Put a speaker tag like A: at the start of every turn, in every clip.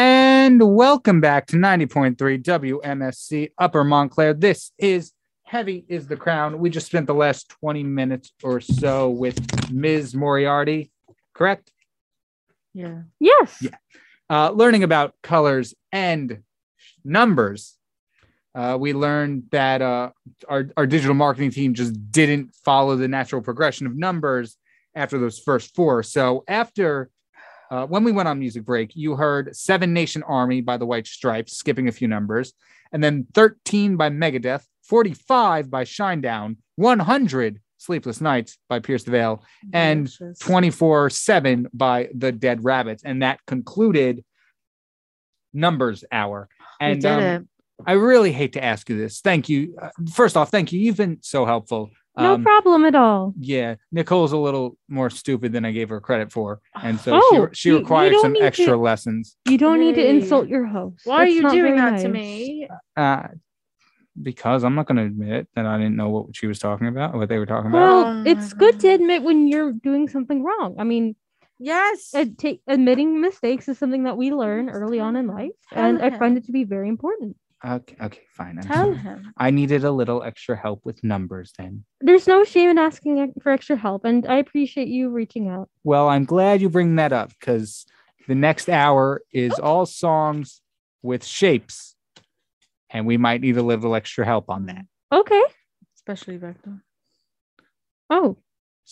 A: And welcome back to 90.3 WMSC Upper Montclair. This is Heavy is the Crown. We just spent the last 20 minutes or so with Ms. Moriarty, correct?
B: Yeah.
C: Yes.
A: Yeah. Uh, learning about colors and numbers. Uh, we learned that uh, our, our digital marketing team just didn't follow the natural progression of numbers after those first four. So after uh, when we went on music break, you heard Seven Nation Army by the White Stripes, skipping a few numbers, and then 13 by Megadeth, 45 by Shinedown, 100 Sleepless Nights by Pierce the Veil, and
B: Delicious.
A: 24 7 by the Dead Rabbits. And that concluded Numbers Hour.
B: We
A: And
B: did
A: um,
B: it.
A: I really hate to ask you this. Thank you. Uh, first off, thank you. You've been so helpful. Um,
C: No
B: um,
C: problem at all.
A: Yeah, Nicole's a little more stupid than I gave her credit for, and so
C: Oh,
A: she she
C: you- you
A: requires
C: don't
A: some
C: need to-
A: extra lessons.
C: You don't need to
B: Yay.
C: insult your host.
B: Why
C: That's
B: are you
C: not
B: doing
C: very
B: that to
C: nice.
B: me?
A: Uh, because I'm not going to admit that I didn't know what she was talking about, what they were talking about.
C: Well,
B: Oh my
C: it's good to
B: God.
C: admit when you're doing something wrong. I mean,
B: Yes.
C: ad- ta- admitting mistakes is something that we learn early on in life, and I find it to be very important.
A: okay, okay, fine. I'm
B: Tell
A: sorry.
B: him.
A: I needed a little extra help with numbers then.
C: There's no shame in asking ex- for extra help, and I appreciate you reaching out.
A: Well, I'm glad you bring that up because the next hour is all songs with shapes, and we might need a little extra help on that.
C: Okay.
B: Especially back then.
C: Oh,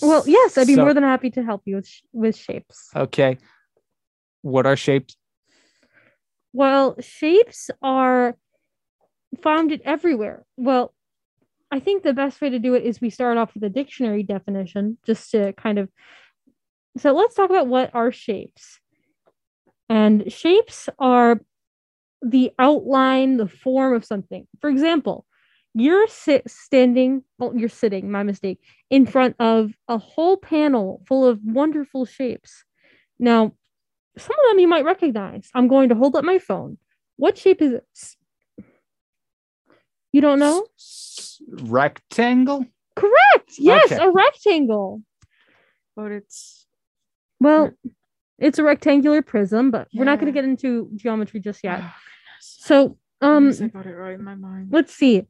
C: well, yes, I'd be
A: So-
C: more than happy to help you with sh- with shapes.
A: Okay. What are shapes?
C: Well, shapes are found it everywhere. Well, I think the best way to do it is we start off with a dictionary definition just to kind of. So let's talk about what are shapes. And shapes are the outline, the form of something. For example, you're sit- standing, well, you're sitting, my mistake, in front of a whole panel full of wonderful shapes. Now, some of them you might recognize. I'm going to hold up my phone. What shape is this? You don't know?
A: S- rectangle?
C: Correct. Yes,
A: Okay.
C: a rectangle.
B: But it's
C: Well, it's a rectangular prism, but we're not going to
B: Yeah.
C: get into geometry just yet.
B: Oh, goodness.
C: So,
B: At
C: um,
B: least I got it right in my mind.
C: let's see.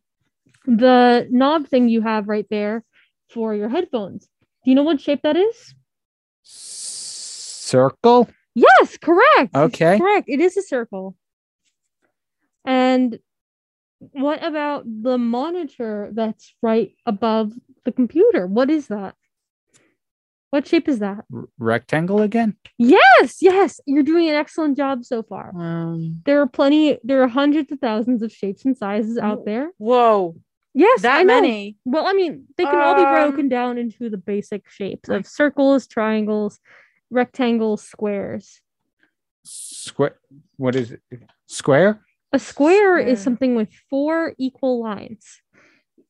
C: The knob thing you have right there for your headphones. Do you know what shape that is?
A: S- circle?
C: Yes, correct.
A: Okay.
C: Correct. It is a circle. And what about the monitor that's right above the computer? What is that? What shape is that?
A: R- rectangle again?
C: Yes, yes. You're doing an excellent job so far.
B: Um,
C: There are plenty, there are hundreds of thousands of shapes and sizes out
B: Oh.
C: there.
B: whoa,
C: Yes,
B: that
C: I know.
B: many.
C: Well, I mean, they can all be
B: Um,
C: broken down into the basic shapes of circles, triangles, rectangles, squares.
A: Square. What is it? Square?
C: A square is
B: Square.
C: something with four equal lines.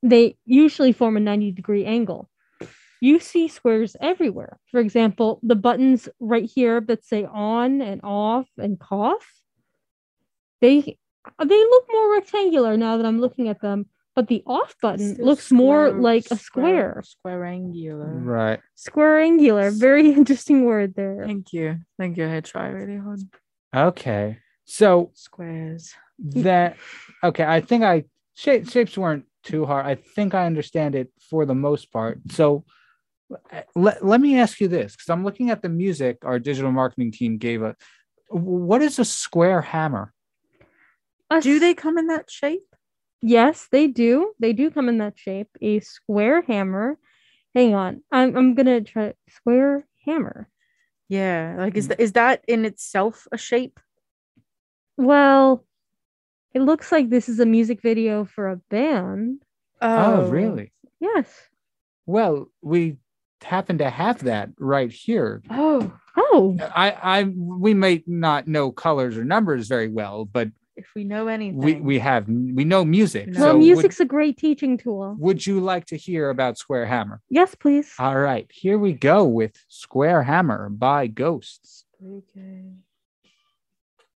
C: They usually form a 90 degree angle. You see squares everywhere. For example, the buttons right here that say on and off and cough, they they look more rectangular now that I'm looking at them, but the off button
B: Still
C: looks more
B: square-
C: like a square.
B: square angular.
A: Right.
C: Square angular, very interesting word there.
B: Thank you, thank you. I try really hard.
A: Okay. So
B: Squares.
A: that, okay, I think I, shape, shapes weren't too hard. I think I understand it for the most part. So uh, let, let me ask you this because I'm looking at the music our digital marketing team gave us. What is a square hammer?
C: A
B: Do they come in that shape?
C: Yes, they do. They do come in that shape. A square hammer. Hang on. I'm I'm gonna try square hammer.
B: Yeah, like is that is that in itself a shape?
C: Well, it looks like this is a music video for a band.
A: oh really?
C: Yes.
A: Well, we happen to have that right here.
B: Oh,
C: Oh,
A: I, I, we may not know colors or numbers very well, but
B: if we know anything,
A: we, we have we know music.
B: Well,
C: well,
A: would-
C: music's a great teaching tool.
A: Would, you like to hear about Square Hammer?
C: Yes, please.
A: All right, here we go with Square Hammer by Ghosts.
B: Okay.